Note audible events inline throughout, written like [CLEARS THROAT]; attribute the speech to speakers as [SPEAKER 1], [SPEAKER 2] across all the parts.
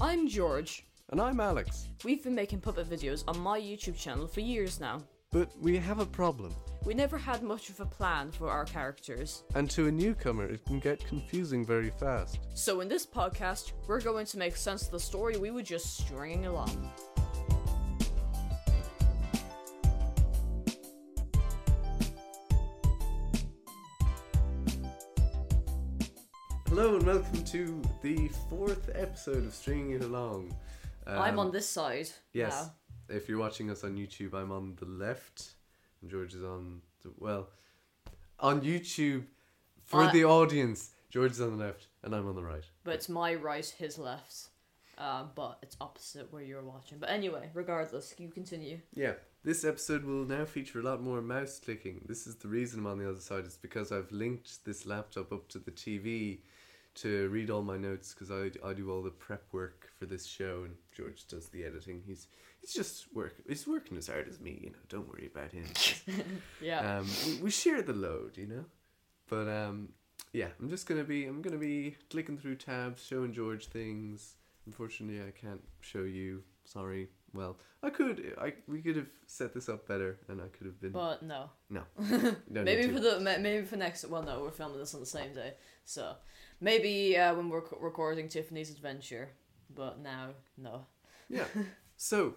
[SPEAKER 1] I'm George.
[SPEAKER 2] And I'm Alex.
[SPEAKER 1] We've been making puppet videos on my YouTube channel for years now.
[SPEAKER 2] But we have a problem,
[SPEAKER 1] We never had much of a plan for our characters,
[SPEAKER 2] and to a newcomer, it can get confusing very fast.
[SPEAKER 1] so in this podcast, we're going to make sense of the story we were just stringing along.
[SPEAKER 2] Hello, and welcome to the fourth episode of Stringing It Along.
[SPEAKER 1] I'm
[SPEAKER 2] Um,
[SPEAKER 1] on this side.
[SPEAKER 2] Yes.
[SPEAKER 1] now.
[SPEAKER 2] If you're watching us on YouTube, I'm on the left, and George is on the. Well, on YouTube, for
[SPEAKER 1] Uh,
[SPEAKER 2] the audience, George is on the left, and I'm on the right.
[SPEAKER 1] But it's my right, his left. Uh, but it's opposite where you're watching. But anyway, regardless, you continue.
[SPEAKER 2] Yeah, this episode will now feature a lot more mouse clicking. This is the reason I'm on the other side. It's because I've linked this laptop up to the TV to read all my notes because I, I do all the prep work for this show and George does the editing. He's he's just work he's working as hard as me. You know, don't worry about him.
[SPEAKER 1] Yeah.
[SPEAKER 2] um, we, we share the load, you know. But um, yeah, I'm just gonna be I'm gonna be clicking through tabs, showing George things. Unfortunately, I can't show you. Sorry. Well, I could. I we could have set this up better, and I could have been.
[SPEAKER 1] but no.
[SPEAKER 2] no. no need
[SPEAKER 1] Maybe
[SPEAKER 2] to.
[SPEAKER 1] for the ma- maybe for next well no we're filming this on the same day so maybe uh, when we're c- recording Tiffany's adventure but now no [LAUGHS]
[SPEAKER 2] Yeah. So,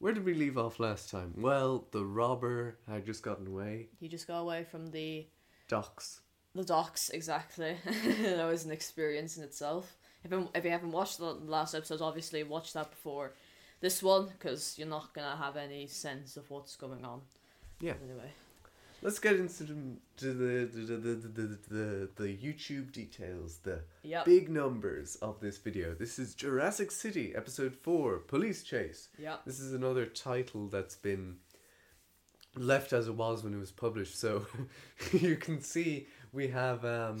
[SPEAKER 2] where did we leave off last time? Well, the robber had just gotten away.
[SPEAKER 1] he just got away from the
[SPEAKER 2] Docks.
[SPEAKER 1] the docks exactly [LAUGHS] that was an experience in itself if you, if you haven't watched the last episode obviously watch that before this one because you're not gonna have any sense of what's going on
[SPEAKER 2] Yeah.
[SPEAKER 1] anyway
[SPEAKER 2] Let's get into the to the the, the, the, the, the, the YouTube details. The
[SPEAKER 1] yep
[SPEAKER 2] big numbers of this video. This is Jurassic City episode 4 Police Chase.
[SPEAKER 1] yep
[SPEAKER 2] This is another title that's been left as it was when it was published. So [LAUGHS] you can see we have um,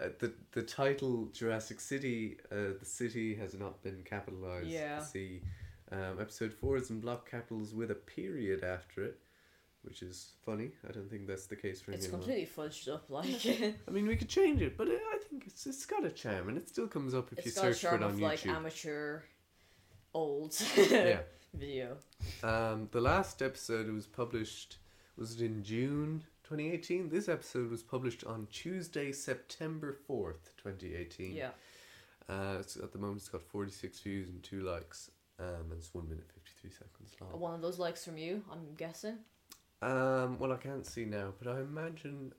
[SPEAKER 2] uh, the the title Jurassic City. Uh, the city has not been capitalized.
[SPEAKER 1] Yeah.
[SPEAKER 2] The C. Um, episode four is in block capitals with a period after it, which is funny. I don't think that's the case for
[SPEAKER 1] it's
[SPEAKER 2] anyone.
[SPEAKER 1] completely fudged up [LAUGHS]
[SPEAKER 2] [LAUGHS]
[SPEAKER 1] like
[SPEAKER 2] I mean, we could change it, but it, I think it's it's got a charm, and it still comes up if
[SPEAKER 1] it's
[SPEAKER 2] you
[SPEAKER 1] got a
[SPEAKER 2] search for
[SPEAKER 1] charm
[SPEAKER 2] it on
[SPEAKER 1] of
[SPEAKER 2] YouTube.
[SPEAKER 1] like amateur old
[SPEAKER 2] yeah.
[SPEAKER 1] [LAUGHS] video
[SPEAKER 2] Um, the last episode was published was it in June 2018. This episode was published on Tuesday, September 4th, 2018.
[SPEAKER 1] yeah
[SPEAKER 2] Uh, it's, at the moment, it's got 46 views and two likes, um, and it's one minute 53 seconds long.
[SPEAKER 1] One of those likes from you, I'm guessing.
[SPEAKER 2] Um, well, I can't see now, but I imagine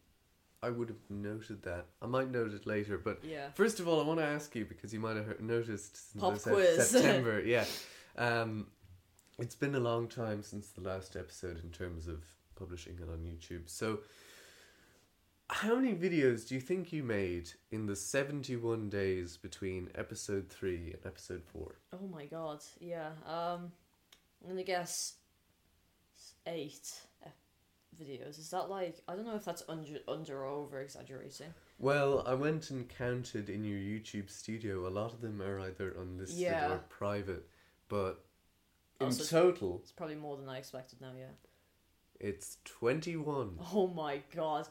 [SPEAKER 2] I would have noted that. I might note it later, but
[SPEAKER 1] Yeah.
[SPEAKER 2] First of all, I want to ask you because you might have heard- noticed since
[SPEAKER 1] Pop
[SPEAKER 2] I said
[SPEAKER 1] quiz. [LAUGHS]
[SPEAKER 2] September. yeah, um, it's been a long time since the last episode in terms of publishing it on YouTube. So, how many videos do you think you made in the seventy-one days between episode three and episode four?
[SPEAKER 1] Oh my god. Yeah. Um, I'm gonna guess s- eight eh, videos. Is that like I don't know if that's under under or over exaggerating.
[SPEAKER 2] Well, I went and counted in your YouTube studio. A lot of them are either unlisted
[SPEAKER 1] Yeah.
[SPEAKER 2] or private, but in
[SPEAKER 1] Also-
[SPEAKER 2] total,
[SPEAKER 1] It's probably more than I expected now. Yeah.
[SPEAKER 2] it's twenty-one.
[SPEAKER 1] Oh my god.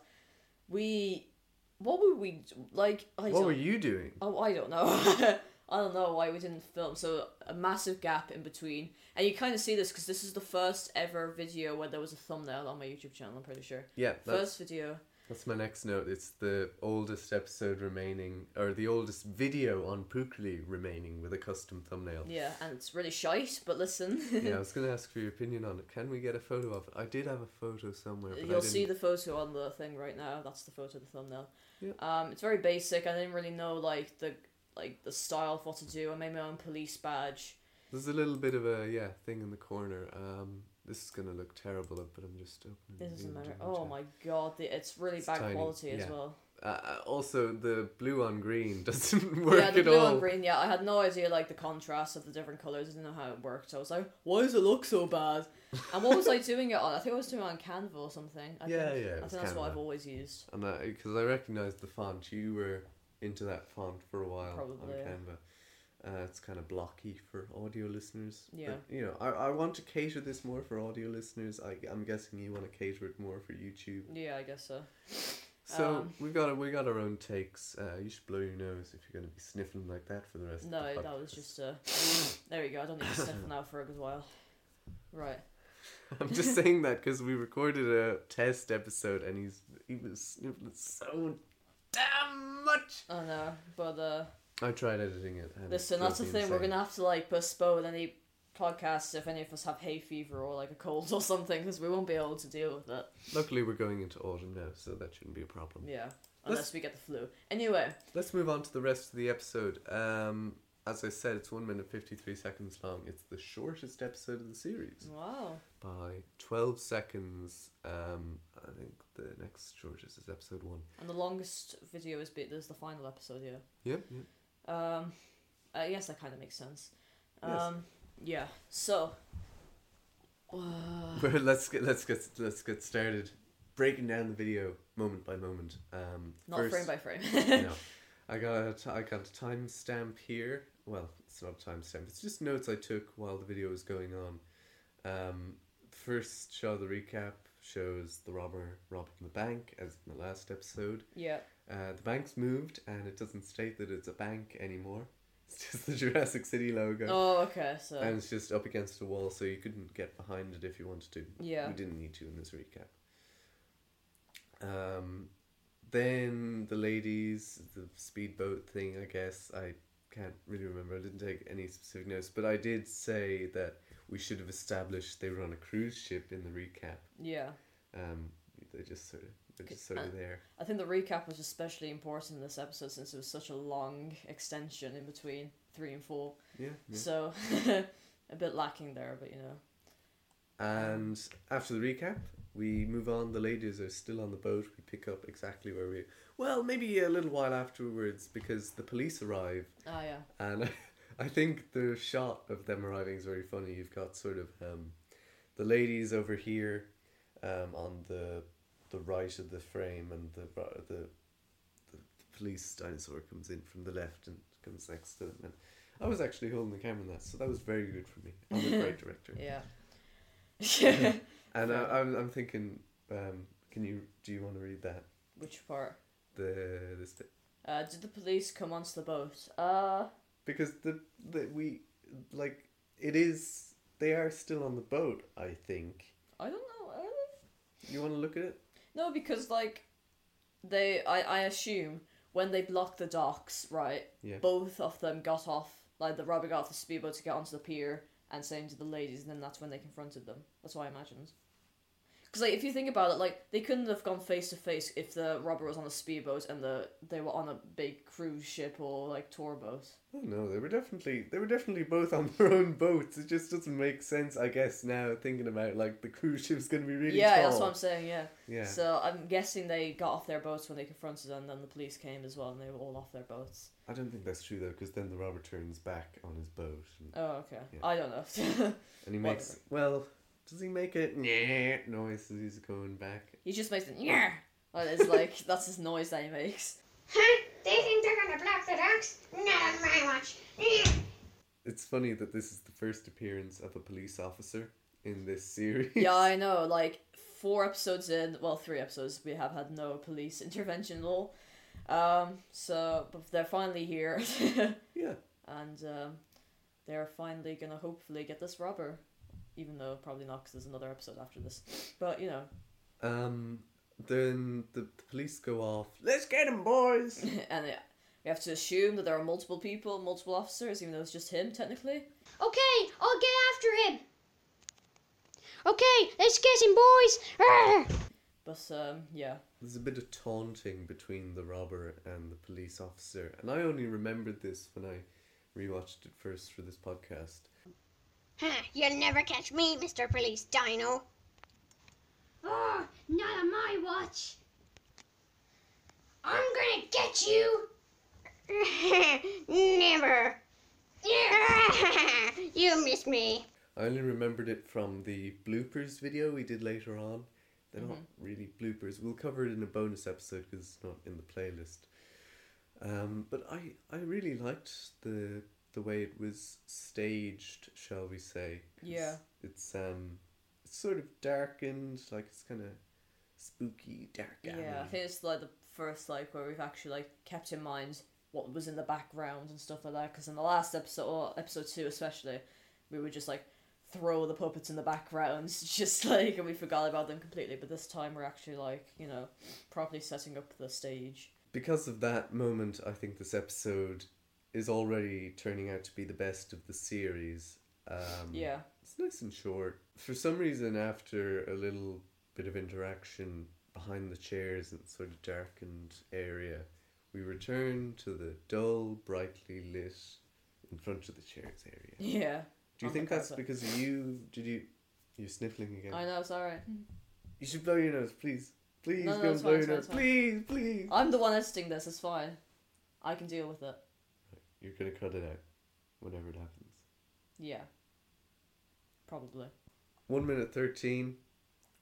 [SPEAKER 1] We. What were we like? I
[SPEAKER 2] What
[SPEAKER 1] don't,
[SPEAKER 2] were you doing?
[SPEAKER 1] Oh, I don't know. [LAUGHS] I don't know why we didn't film. So a massive gap in between, and you kind of see this because this is the first ever video where there was a thumbnail on my YouTube channel. I'm pretty sure.
[SPEAKER 2] Yeah, that's,
[SPEAKER 1] First video.
[SPEAKER 2] that's my next note. It's the oldest episode remaining, or the oldest video on Pookley remaining with a custom thumbnail.
[SPEAKER 1] Yeah, and it's really shite, but listen.
[SPEAKER 2] yeah, I was going to ask for your opinion on it. Can we get a photo of it? I did have a photo somewhere, but I
[SPEAKER 1] You'll
[SPEAKER 2] didn't.
[SPEAKER 1] see the photo on the thing right now. That's the photo, of the thumbnail.
[SPEAKER 2] Yeah.
[SPEAKER 1] Um, it's very basic. I didn't really know like the like the style of what to do. I made my own police badge.
[SPEAKER 2] There's a little bit of a yeah thing in the corner. Um, this is going to look terrible, but I'm just opening.
[SPEAKER 1] It
[SPEAKER 2] the
[SPEAKER 1] doesn't matter.
[SPEAKER 2] image on
[SPEAKER 1] Oh
[SPEAKER 2] chat.
[SPEAKER 1] my god, the, it's really
[SPEAKER 2] It's
[SPEAKER 1] bad
[SPEAKER 2] tiny,
[SPEAKER 1] quality as
[SPEAKER 2] yeah.
[SPEAKER 1] well.
[SPEAKER 2] Uh, also, the blue on green [LAUGHS] doesn't [LAUGHS] work
[SPEAKER 1] yeah, the
[SPEAKER 2] at
[SPEAKER 1] blue
[SPEAKER 2] all.
[SPEAKER 1] and green. Yeah, I had no idea like the contrast of the different colors. I didn't know how it worked. I was like, why does it look so bad? And what was I doing it on? I think I was doing it on Canva or something. I
[SPEAKER 2] [LAUGHS] Yeah,
[SPEAKER 1] think,
[SPEAKER 2] yeah, it
[SPEAKER 1] I
[SPEAKER 2] was
[SPEAKER 1] think that's what
[SPEAKER 2] Canva.
[SPEAKER 1] I've always used.
[SPEAKER 2] And because I, recognised the font, you were into that font for a while
[SPEAKER 1] Probably,
[SPEAKER 2] on
[SPEAKER 1] yeah.
[SPEAKER 2] Canva. Uh, it's kind of blocky for audio listeners.
[SPEAKER 1] Yeah.
[SPEAKER 2] But, you know, I, I want to cater this more for audio listeners. I, I'm guessing you want to cater it more for YouTube.
[SPEAKER 1] Yeah, I guess so.
[SPEAKER 2] So
[SPEAKER 1] Um,
[SPEAKER 2] we got we got our own takes. Uh, you should blow your nose if you're going to be sniffing like that for the rest.
[SPEAKER 1] No,
[SPEAKER 2] of the
[SPEAKER 1] that was
[SPEAKER 2] podcast.
[SPEAKER 1] just a. There we go. I don't need to sniff now for a good while. Right.
[SPEAKER 2] [LAUGHS] I'm just saying that because we recorded a test episode and he's he was sniffing so damn much.
[SPEAKER 1] I know, but uh,
[SPEAKER 2] I tried editing it. And
[SPEAKER 1] listen,
[SPEAKER 2] it
[SPEAKER 1] that's the
[SPEAKER 2] drove
[SPEAKER 1] thing.
[SPEAKER 2] me
[SPEAKER 1] We're
[SPEAKER 2] insane.
[SPEAKER 1] gonna have to like postpone any podcasts if any of us have hay fever or like a cold [LAUGHS] or something, because we won't be able to deal with it.
[SPEAKER 2] Luckily, we're going into autumn now, so that shouldn't be a problem.
[SPEAKER 1] Yeah, unless we get the flu. Anyway,
[SPEAKER 2] Let's move on to the rest of the episode. Um, as I said, it's one minute fifty three seconds long. It's the shortest episode of the series
[SPEAKER 1] wow.
[SPEAKER 2] by twelve seconds. Um, I think the next shortest is episode one.
[SPEAKER 1] And the longest video is bit. There's the final episode here.
[SPEAKER 2] Yep. yep.
[SPEAKER 1] Um, I guess that kind of makes sense.
[SPEAKER 2] Yes.
[SPEAKER 1] Um, yeah.
[SPEAKER 2] [LAUGHS]
[SPEAKER 1] So. [SIGHS] Uh,
[SPEAKER 2] Well, let's get let's get let's get started. Breaking down the video moment by moment. Um,
[SPEAKER 1] not
[SPEAKER 2] first-
[SPEAKER 1] frame by frame. [LAUGHS]
[SPEAKER 2] no. [LAUGHS] I got a t- I got a timestamp here. Well, it's not a timestamp. It's just notes I took while the video was going on. Um, first show the recap shows the robber robbing the bank as in the last episode.
[SPEAKER 1] yeah.
[SPEAKER 2] Uh, the bank's moved and it doesn't state that it's a bank anymore. [LAUGHS] It's just the Jurassic City logo.
[SPEAKER 1] Oh, okay. So.
[SPEAKER 2] And it's just up against a wall, so you couldn't get behind it if you wanted to.
[SPEAKER 1] Yeah.
[SPEAKER 2] We didn't need to in this recap. Um, then the ladies, the speedboat thing, I guess. I can't really remember. I didn't take any specific notes, but I did say that we should have established they were on a cruise ship in the recap.
[SPEAKER 1] yeah.
[SPEAKER 2] Um, they just sort of, they're just sort
[SPEAKER 1] Uh,
[SPEAKER 2] of there.
[SPEAKER 1] I think the recap was especially important in this episode since it was such a long extension in between three and four.
[SPEAKER 2] Yeah. yeah.
[SPEAKER 1] So [LAUGHS] a bit lacking there, but you know.
[SPEAKER 2] And after the recap, we move on. The ladies are still on the boat. We pick up exactly where we. Well, maybe a little while afterwards because the police arrive,
[SPEAKER 1] Ah, yeah.
[SPEAKER 2] and [LAUGHS] I think the shot of them arriving is very funny. You've got sort of um, the ladies over here, um, on the the right of the frame, and the ri- the the police dinosaur comes in from the left and comes next to them. And I was actually holding the camera in that, so that was very good for me. I'm a great director.
[SPEAKER 1] Yeah.
[SPEAKER 2] And I,
[SPEAKER 1] Fair.
[SPEAKER 2] I'm, I'm thinking, um, can you do you want to read that
[SPEAKER 1] [LAUGHS] Which part?
[SPEAKER 2] the this bit
[SPEAKER 1] Uh, did the police come onto the boat? Uh,
[SPEAKER 2] because the, the we like it is they are still on the boat. I think
[SPEAKER 1] I don't know. I don't
[SPEAKER 2] you want to look at it.
[SPEAKER 1] No, because like they I, I assume when they blocked the docks, right,
[SPEAKER 2] Yeah.
[SPEAKER 1] both of them got off like the robber got off the speedboat to get onto the pier and same to the ladies and then that's when they confronted them. That's what I imagined. Cause like if you think about it, like they couldn't have gone face to face if the robber was on a speedboat and the they were on a big cruise ship or like tour boat.
[SPEAKER 2] Oh no, they were definitely they were definitely both on their own boats. It just doesn't make sense, I guess. Now thinking about like the cruise ship's gonna be really
[SPEAKER 1] yeah,
[SPEAKER 2] tall.
[SPEAKER 1] that's what I'm saying. Yeah.
[SPEAKER 2] yeah.
[SPEAKER 1] So I'm guessing they got off their boats when they confronted them, and then the police came as well, and they were all off their boats.
[SPEAKER 2] I don't think that's true though, because then the robber turns back on his boat and,
[SPEAKER 1] Oh, okay.
[SPEAKER 2] Yeah.
[SPEAKER 1] I don't know. [LAUGHS]
[SPEAKER 2] and he makes well. Does he make a nah noise as he's going back?
[SPEAKER 1] He just makes it yeah. It's like [LAUGHS] that's his noise that he makes.
[SPEAKER 3] Huh? They think they're gonna block the docks? Not on my watch. Eh. Yeah.
[SPEAKER 2] It's funny that this is the first appearance of a police officer in this series.
[SPEAKER 1] Yeah, I know. Like four episodes in, well, three episodes, we have had no police [LAUGHS] intervention at all. Um, so but they're finally here,
[SPEAKER 2] [LAUGHS]
[SPEAKER 1] [LAUGHS]
[SPEAKER 2] Yeah.
[SPEAKER 1] and um, they're finally gonna hopefully get this robber, even though probably not because there's another episode after this. But you know, [CLEARS THROAT]
[SPEAKER 2] Um. Then the, the police go off. Let's get him, boys.
[SPEAKER 1] and it, we have to assume that there are multiple people, multiple officers, even though it's just him technically.
[SPEAKER 3] Okay, I'll get after him. Okay, let's get him, boys. Arr!
[SPEAKER 1] But um, yeah,
[SPEAKER 2] There's a bit of taunting between the robber and the police officer, and I only remembered this when I rewatched it first for this podcast.
[SPEAKER 3] Huh, you'll never catch me, Mr. Police Dino. Oh, not on my watch. I'm gonna get you. [LAUGHS] never. [LAUGHS] you miss me.
[SPEAKER 2] I only remembered it from the bloopers video we did later on. They're not
[SPEAKER 1] Mm-hmm.
[SPEAKER 2] really bloopers. We'll cover it in a bonus episode because it's not in the playlist. Um, but I, I really liked the the way it was staged, shall we say? 'cause
[SPEAKER 1] Yeah.
[SPEAKER 2] It's um, it's sort of darkened, like it's kind of spooky, dark.
[SPEAKER 1] yeah, I
[SPEAKER 2] alley.
[SPEAKER 1] think it's like the first, like where we've actually like kept in mind what was in the background and stuff like that. Because in the last episode, or episode two especially, we would just like throw the puppets in the background, [LAUGHS] just like and we forgot about them completely. But this time we're actually like you know properly setting up the stage.
[SPEAKER 2] Because of that moment, I think this episode is already turning out to be the best of the series. Um,
[SPEAKER 1] Yeah,
[SPEAKER 2] It's nice and short. For some reason, after a little bit of interaction behind the chairs and sort of darkened area, we return to the dull, brightly lit in front of the chairs area.
[SPEAKER 1] yeah. Oh
[SPEAKER 2] Do
[SPEAKER 1] On
[SPEAKER 2] you
[SPEAKER 1] the
[SPEAKER 2] think that's
[SPEAKER 1] carpet.
[SPEAKER 2] because of you? Did you? You're sniffling again.
[SPEAKER 1] I know, it's alright.
[SPEAKER 2] You should blow your nose, please. Please
[SPEAKER 1] No, no,
[SPEAKER 2] don't
[SPEAKER 1] it's
[SPEAKER 2] blow
[SPEAKER 1] fine,
[SPEAKER 2] your nose.
[SPEAKER 1] it's fine, Oh.
[SPEAKER 2] Please, please.
[SPEAKER 1] I'm the one editing this. It's fine. I can deal with it.
[SPEAKER 2] You're gonna cut it out whenever it happens.
[SPEAKER 1] Yeah. Probably. [COUGHS]
[SPEAKER 2] One minute thirteen.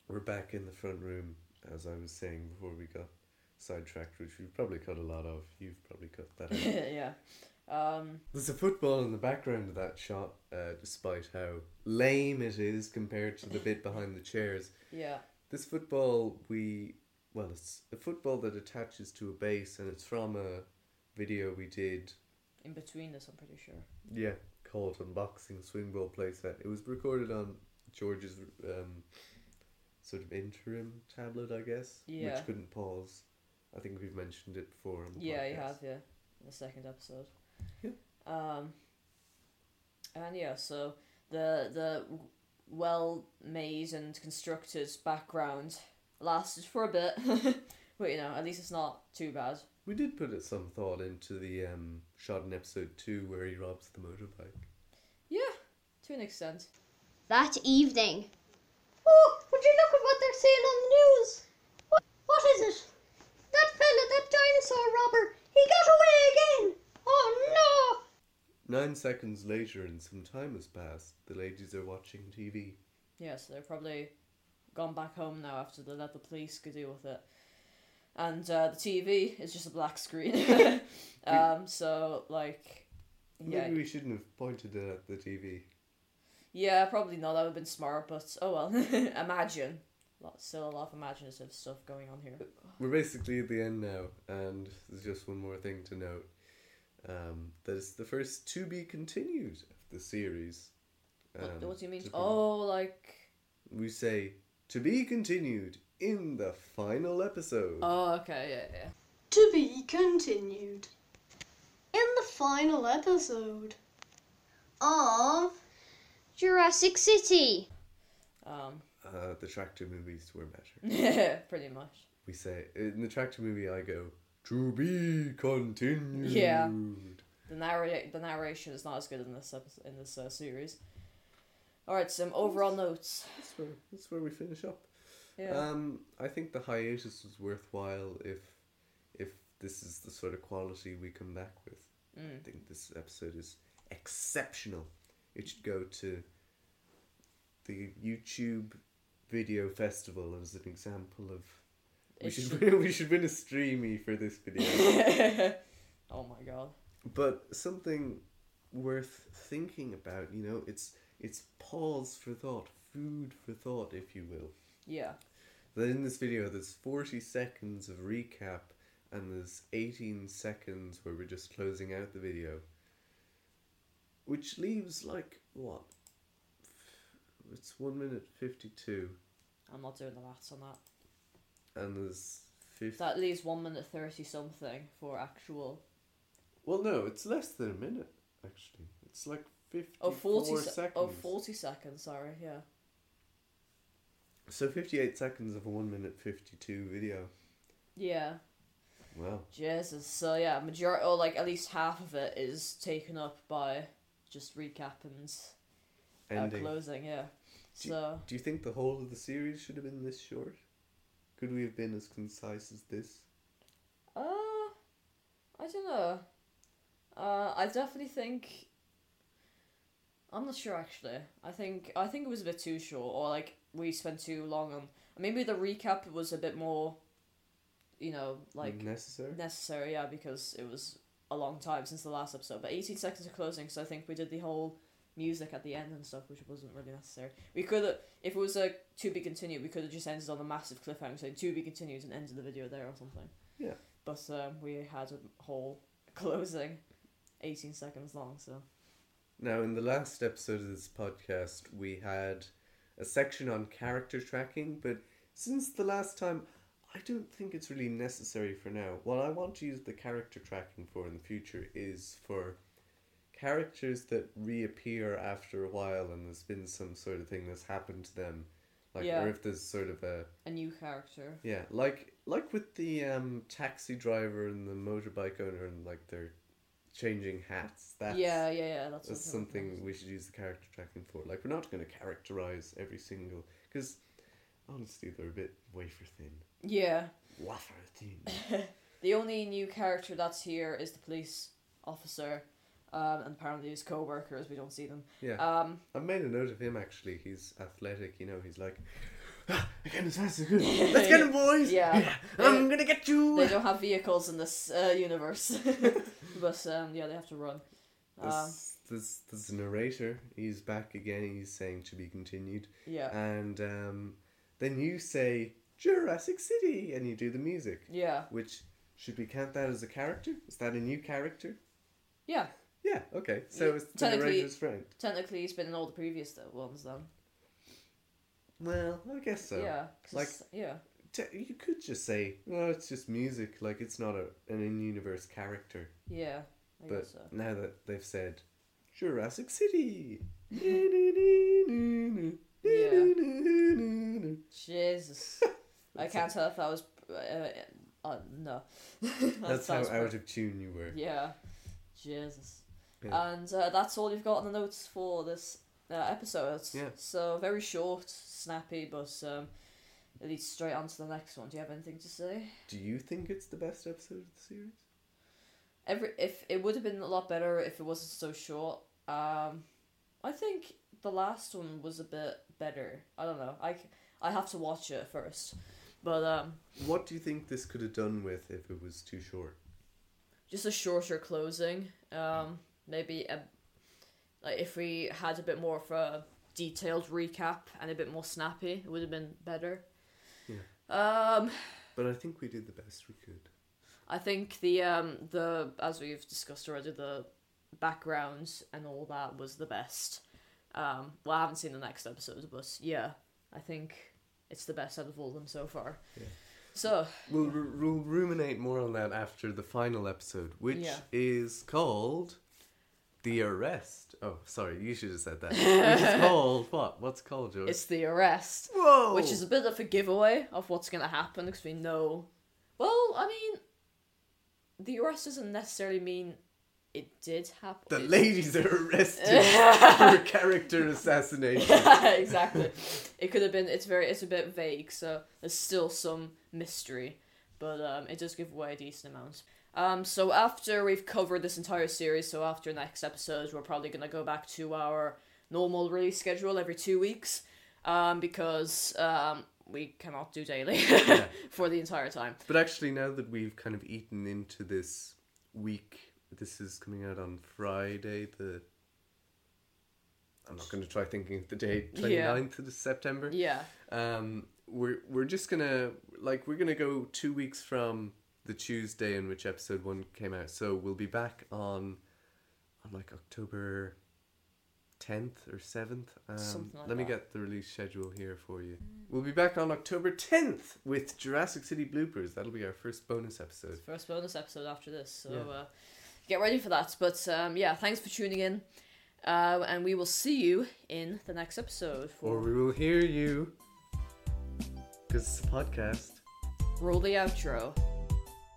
[SPEAKER 2] We're back in the front room, as I was saying before we got sidetracked, which we've probably cut a lot of. You've probably cut
[SPEAKER 1] [LAUGHS]
[SPEAKER 2] that out.
[SPEAKER 1] yeah. Um.
[SPEAKER 2] There's a football in the background of that shot, uh, despite how lame it is compared to the bit behind the chairs.
[SPEAKER 1] Yeah.
[SPEAKER 2] This football, we well, it's a football that attaches to a base, and it's from a video we did
[SPEAKER 1] In between this, I'm pretty sure.
[SPEAKER 2] Yeah, called Unboxing Swing Ball Playset. It was recorded on George's um, sort of interim tablet, I guess,
[SPEAKER 1] Yeah.
[SPEAKER 2] which couldn't pause. I think we've mentioned it before. On the
[SPEAKER 1] Yeah, you
[SPEAKER 2] podcast.
[SPEAKER 1] have, yeah. In the second episode.
[SPEAKER 2] Yeah.
[SPEAKER 1] Um and yeah, so the the well made and constructed background lasted for a bit. [LAUGHS] but you know, at least it's not too bad.
[SPEAKER 2] We did put some thought into the um, shot in episode two where he robs the motorbike.
[SPEAKER 1] To an extent.
[SPEAKER 3] That evening. Oh, would you look at what they're saying on the news? What, what is it? That fella, that dinosaur robber, he got away again! Oh
[SPEAKER 2] Nine seconds later, and some time has passed. The ladies are watching TV.
[SPEAKER 1] Yeah, so they're probably gone back home now after they let the police go deal with it. And uh, the TV is just a black
[SPEAKER 2] [LAUGHS]
[SPEAKER 1] screen. [LAUGHS] um, so like yeah,
[SPEAKER 2] Maybe we shouldn't have pointed it at the TV.
[SPEAKER 1] Yeah, probably not. That would have been smart, but oh well. [LAUGHS] Imagine. Lot, still a lot of imaginative stuff going on here.
[SPEAKER 2] We're basically at the end now, and there's just one more thing to note. Um, that it's the first to be continued of the series.
[SPEAKER 1] What,
[SPEAKER 2] Um,
[SPEAKER 1] what do you mean?
[SPEAKER 2] to be-
[SPEAKER 1] Oh, like.
[SPEAKER 2] We say to be continued in the final episode.
[SPEAKER 1] Oh, okay, yeah, yeah.
[SPEAKER 4] To be continued in the final episode of
[SPEAKER 3] no! Jurassic City!
[SPEAKER 1] Um,
[SPEAKER 2] Uh, the tractor movies were better.
[SPEAKER 1] yeah, Um, [LAUGHS] pretty much.
[SPEAKER 2] We say in the tractor movie, I go to be continued.
[SPEAKER 1] Yeah. The narrate the narration is not as good in this episode, in this uh, series. All right, some overall notes.
[SPEAKER 2] That's where that's where we finish up.
[SPEAKER 1] Yeah,
[SPEAKER 2] Um, I think the hiatus was worthwhile if if this is the sort of quality we come back with. I
[SPEAKER 1] Mm.
[SPEAKER 2] think this episode is exceptional. It should go to the YouTube video festival as an example of we
[SPEAKER 1] It
[SPEAKER 2] should,
[SPEAKER 1] should-
[SPEAKER 2] win, [LAUGHS] we should win a streamy for
[SPEAKER 1] [LAUGHS]
[SPEAKER 2] this video.
[SPEAKER 1] oh my god.
[SPEAKER 2] but something worth thinking about, you know, it's it's pause for thought, food for thought if you will.
[SPEAKER 1] Yeah,
[SPEAKER 2] Then in this video, there's 40 seconds of recap and there's 18 seconds where we're just closing out the video. Which leaves like, what? It's 1 minute 52
[SPEAKER 1] I'm not doing the maths on that.
[SPEAKER 2] and there's 50.
[SPEAKER 1] That leaves one minute thirty something for actual.
[SPEAKER 2] Well, no, it's less than a minute, actually. It's like 54
[SPEAKER 1] Oh, 40 se-
[SPEAKER 2] seconds.
[SPEAKER 1] Oh, 40 seconds. Sorry. Yeah.
[SPEAKER 2] So 58 seconds of a 1 minute 52 video.
[SPEAKER 1] Yeah.
[SPEAKER 2] Wow.
[SPEAKER 1] Jesus. So yeah, majority or like at least half of it is taken up by just recap and uh,
[SPEAKER 2] Ending.
[SPEAKER 1] closing. Yeah.
[SPEAKER 2] Do-
[SPEAKER 1] So
[SPEAKER 2] Do you think the whole of the series should have been this short? Could we have been as concise as this?
[SPEAKER 1] uh, I don't know. Uh, I definitely think. I'm not sure actually. I think I think it was a bit too short, or like we spent too long on. Maybe the recap was a bit more, you know, like
[SPEAKER 2] necessary?
[SPEAKER 1] necessary, yeah, because it was a long time since the last episode. But 18 seconds of closing, so I think we did the whole music at the end and stuff, which wasn't really necessary. We could have, if it was a to be continued, we could have just ended on a massive cliffhanger saying to be continued and ended the video there or something.
[SPEAKER 2] Yeah.
[SPEAKER 1] But um, we had a whole [LAUGHS] closing, eighteen seconds long. So
[SPEAKER 2] Now, in the last episode of this podcast, we had a section on character tracking, but since the last time, I don't think it's really necessary for now. What I want to use the character tracking for in the future is for characters that reappear after a while and there's been some sort of thing that's happened to them. Like,
[SPEAKER 1] Yeah.
[SPEAKER 2] or if there's sort of a
[SPEAKER 1] a new character.
[SPEAKER 2] yeah, like like with the um, taxi driver and the motorbike owner and like they're changing hats. That's
[SPEAKER 1] yeah, yeah, yeah. That's,
[SPEAKER 2] that's
[SPEAKER 1] what I'm thinking.
[SPEAKER 2] something we should use the character tracking for. Like we're not going to characterize every single because honestly they're a bit wafer thin.
[SPEAKER 1] Yeah,
[SPEAKER 2] Wafer thin.
[SPEAKER 1] [LAUGHS] the only new character that's here is the police officer, um, and apparently his co-workers. We don't see them.
[SPEAKER 2] Yeah,
[SPEAKER 1] Um,
[SPEAKER 2] I made a note of him actually. He's athletic. You know, he's like. "Ah, I can't as fast as
[SPEAKER 1] [LAUGHS]
[SPEAKER 2] good. Let's get him, boys!
[SPEAKER 1] Yeah.
[SPEAKER 2] I'm gonna get you!
[SPEAKER 1] they don't have vehicles in this uh, universe, [LAUGHS] but um, yeah, they have to run. Um,
[SPEAKER 2] This, this, this narrator, he's back again. He's saying to be continued.
[SPEAKER 1] yeah,
[SPEAKER 2] and um, then you say Jurassic City, and you do the music,
[SPEAKER 1] yeah,
[SPEAKER 2] which should we count that as a character? Is that a new character?
[SPEAKER 1] yeah.
[SPEAKER 2] Yeah. Okay. So it's the
[SPEAKER 1] Technically-
[SPEAKER 2] narrator's friend.
[SPEAKER 1] Technically, he's been in all the previous th- ones then.
[SPEAKER 2] Well, I guess so.
[SPEAKER 1] yeah, 'cause
[SPEAKER 2] like-
[SPEAKER 1] it's- yeah,
[SPEAKER 2] Te- you could just say, no, it's just music. Like it's not a an in-universe character.
[SPEAKER 1] yeah. I
[SPEAKER 2] But
[SPEAKER 1] guess so.
[SPEAKER 2] now that they've said Jurassic City. [LAUGHS]
[SPEAKER 1] Jesus, I
[SPEAKER 2] That's
[SPEAKER 1] can't tell if that was. Uh, uh, no, [LAUGHS] That
[SPEAKER 2] That's how
[SPEAKER 1] sounds per-
[SPEAKER 2] out of tune you were.
[SPEAKER 1] Yeah, Jesus.
[SPEAKER 2] Yeah.
[SPEAKER 1] And uh, that's all you've got on the notes for this uh, episode.
[SPEAKER 2] Yeah.
[SPEAKER 1] So very short, snappy, but um, it leads straight on to the next one. Do you have anything to say?
[SPEAKER 2] Do you think it's the best episode of the series?
[SPEAKER 1] Every if it would have been a lot better if it wasn't so short. Um, I think the last one was a bit better. I don't know. I c- I have to watch it first, but um,
[SPEAKER 2] What do you think this could have done with if it was too short?
[SPEAKER 1] just a shorter closing. Um, maybe a, like if we had a bit more of a detailed recap and a bit more snappy, it would have been better.
[SPEAKER 2] Yeah.
[SPEAKER 1] Um,
[SPEAKER 2] But I think we did the best we could.
[SPEAKER 1] I think the um the as we've discussed already the backgrounds and all that was the best. Um, well, I haven't seen the next episode, but yeah, I think it's the best out of all of them so far.
[SPEAKER 2] Yeah.
[SPEAKER 1] So
[SPEAKER 2] We'll, ru- we'll ruminate more on that after the final episode, which
[SPEAKER 1] Yeah.
[SPEAKER 2] is called The Arrest. Oh, sorry, you should have said that. which is
[SPEAKER 1] [LAUGHS]
[SPEAKER 2] called what? What's it called, Joyce?
[SPEAKER 1] it's the arrest.
[SPEAKER 2] Whoa!
[SPEAKER 1] which is a bit of a giveaway of what's going to happen because we know. Well, I mean, the arrest doesn't necessarily mean it did happen.
[SPEAKER 2] the
[SPEAKER 1] It-
[SPEAKER 2] ladies are
[SPEAKER 1] [LAUGHS]
[SPEAKER 2] arrested for character assassination.
[SPEAKER 1] exactly. It could have been. It's very. It's a bit vague, so there's still some mystery, but um, it does give away a decent amount. Um, so after we've covered this entire series, so after next episode, we're probably gonna go back to our normal release schedule every two weeks, um, because um, we cannot do daily [LAUGHS] for the entire time.
[SPEAKER 2] But actually, now that we've kind of eaten into this week, this is coming out on Friday, the. I'm not going to try thinking of the date,
[SPEAKER 1] Yeah.
[SPEAKER 2] 29th of September.
[SPEAKER 1] Yeah,
[SPEAKER 2] Um, we're, we're just going to, like, we're going to go two weeks from the Tuesday in which episode one came out. So we'll be back on, on like October 10th or 7th. Um,
[SPEAKER 1] Something like
[SPEAKER 2] let me
[SPEAKER 1] that.
[SPEAKER 2] get the release schedule here for you. We'll be back on October 10th with Jurassic City bloopers. That'll be our first bonus episode.
[SPEAKER 1] first bonus episode after this, so
[SPEAKER 2] Yeah.
[SPEAKER 1] uh, get ready for that. But um, yeah, thanks for tuning in. Uh, and we will see you in the next episode for
[SPEAKER 2] Or we will hear you. Because it's a podcast.
[SPEAKER 1] Roll the Outro.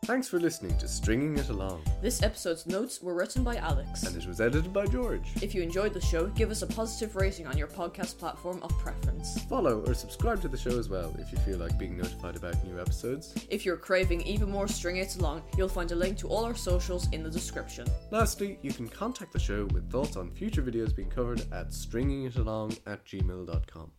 [SPEAKER 2] Thanks for listening to Stringing It Along,
[SPEAKER 1] This episode's notes were written by
[SPEAKER 2] and
[SPEAKER 1] Alex.
[SPEAKER 2] it was edited by George.
[SPEAKER 1] If you enjoyed the show, give us a positive rating on your podcast platform of preference.
[SPEAKER 2] Follow or subscribe to the show as well if you feel like being notified about new episodes.
[SPEAKER 1] If you're craving even more string it along, you'll find a link to all our socials in the description.
[SPEAKER 2] Lastly, you can contact the show with thoughts on future videos being covered at stringingitalong at gmail.com.